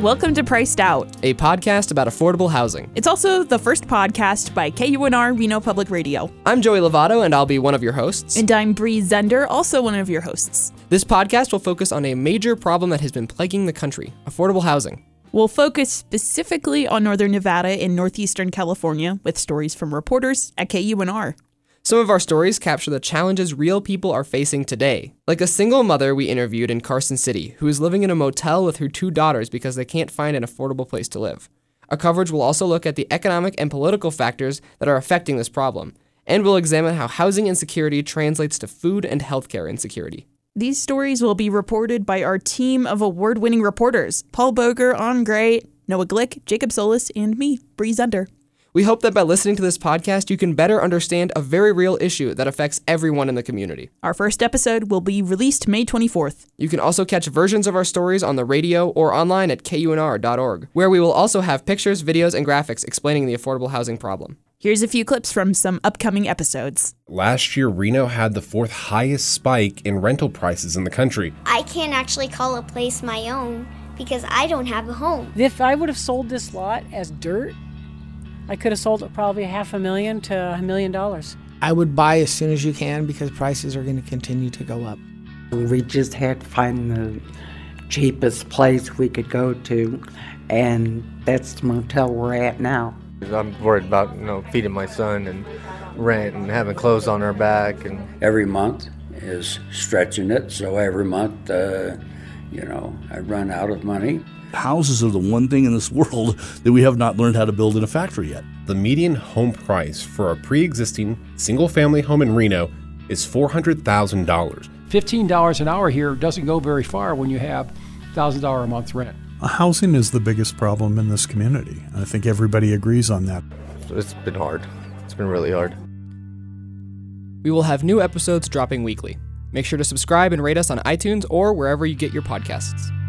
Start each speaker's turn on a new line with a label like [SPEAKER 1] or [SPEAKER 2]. [SPEAKER 1] Welcome to Priced Out.
[SPEAKER 2] a podcast about affordable housing.
[SPEAKER 1] It's also the first podcast by KUNR Reno Public Radio.
[SPEAKER 2] I'm Joey Lovato, and I'll be one of your hosts.
[SPEAKER 1] And I'm Bree Zender, also one of your hosts.
[SPEAKER 2] this podcast will focus on a major problem that has been plaguing the country affordable housing.
[SPEAKER 1] We'll focus specifically on Northern Nevada and Northeastern California with stories from reporters at KUNR.
[SPEAKER 2] Some of our stories capture the challenges real people are facing today, like a single mother we interviewed in Carson City who is living in a motel with her two daughters because they can't find an affordable place to live. Our coverage will also look at the economic and political factors that are affecting this problem, and we'll examine how housing insecurity translates to food and healthcare insecurity.
[SPEAKER 1] These stories will be reported by our team of award winning reporters Paul Boger, On Gray, Noah Glick, Jacob Solis, and me, Bree Zender.
[SPEAKER 2] We hope that by listening to this podcast, you can better understand a very real issue that affects everyone in the community.
[SPEAKER 1] Our first episode will be released May 24th.
[SPEAKER 2] You can also catch versions of our stories on the radio or online at kunr.org, where we will also have pictures, videos, and graphics explaining the affordable housing problem.
[SPEAKER 1] Here's a few clips from some upcoming episodes.
[SPEAKER 3] Last year, Reno had the fourth highest spike in rental prices in the country.
[SPEAKER 4] I can't actually call a place my own because I don't have a home.
[SPEAKER 5] If I would have sold this lot as dirt, I could have sold it probably half a million to a million dollars.
[SPEAKER 6] I would buy as soon as you can because prices are going to continue to go up.
[SPEAKER 7] We just had to find the cheapest place we could go to, and that's the motel we're at now.
[SPEAKER 8] I'm worried about you know feeding my son and rent and having clothes on our back and
[SPEAKER 9] every month is stretching it. So every month, uh, you know, I run out of money.
[SPEAKER 10] houses are the one thing in this world that we have not learned how to build in a factory yet.
[SPEAKER 3] The median home price for a pre existing single family home in Reno is $400,000.
[SPEAKER 11] $15 an hour here doesn't go very far when you have $1,000 a month rent.
[SPEAKER 12] Housing is the biggest problem in this community. I think everybody agrees on that.
[SPEAKER 8] it's been hard. It's been really hard.
[SPEAKER 2] We will have new episodes dropping weekly. Make sure to subscribe and rate us on iTunes or wherever you get your podcasts.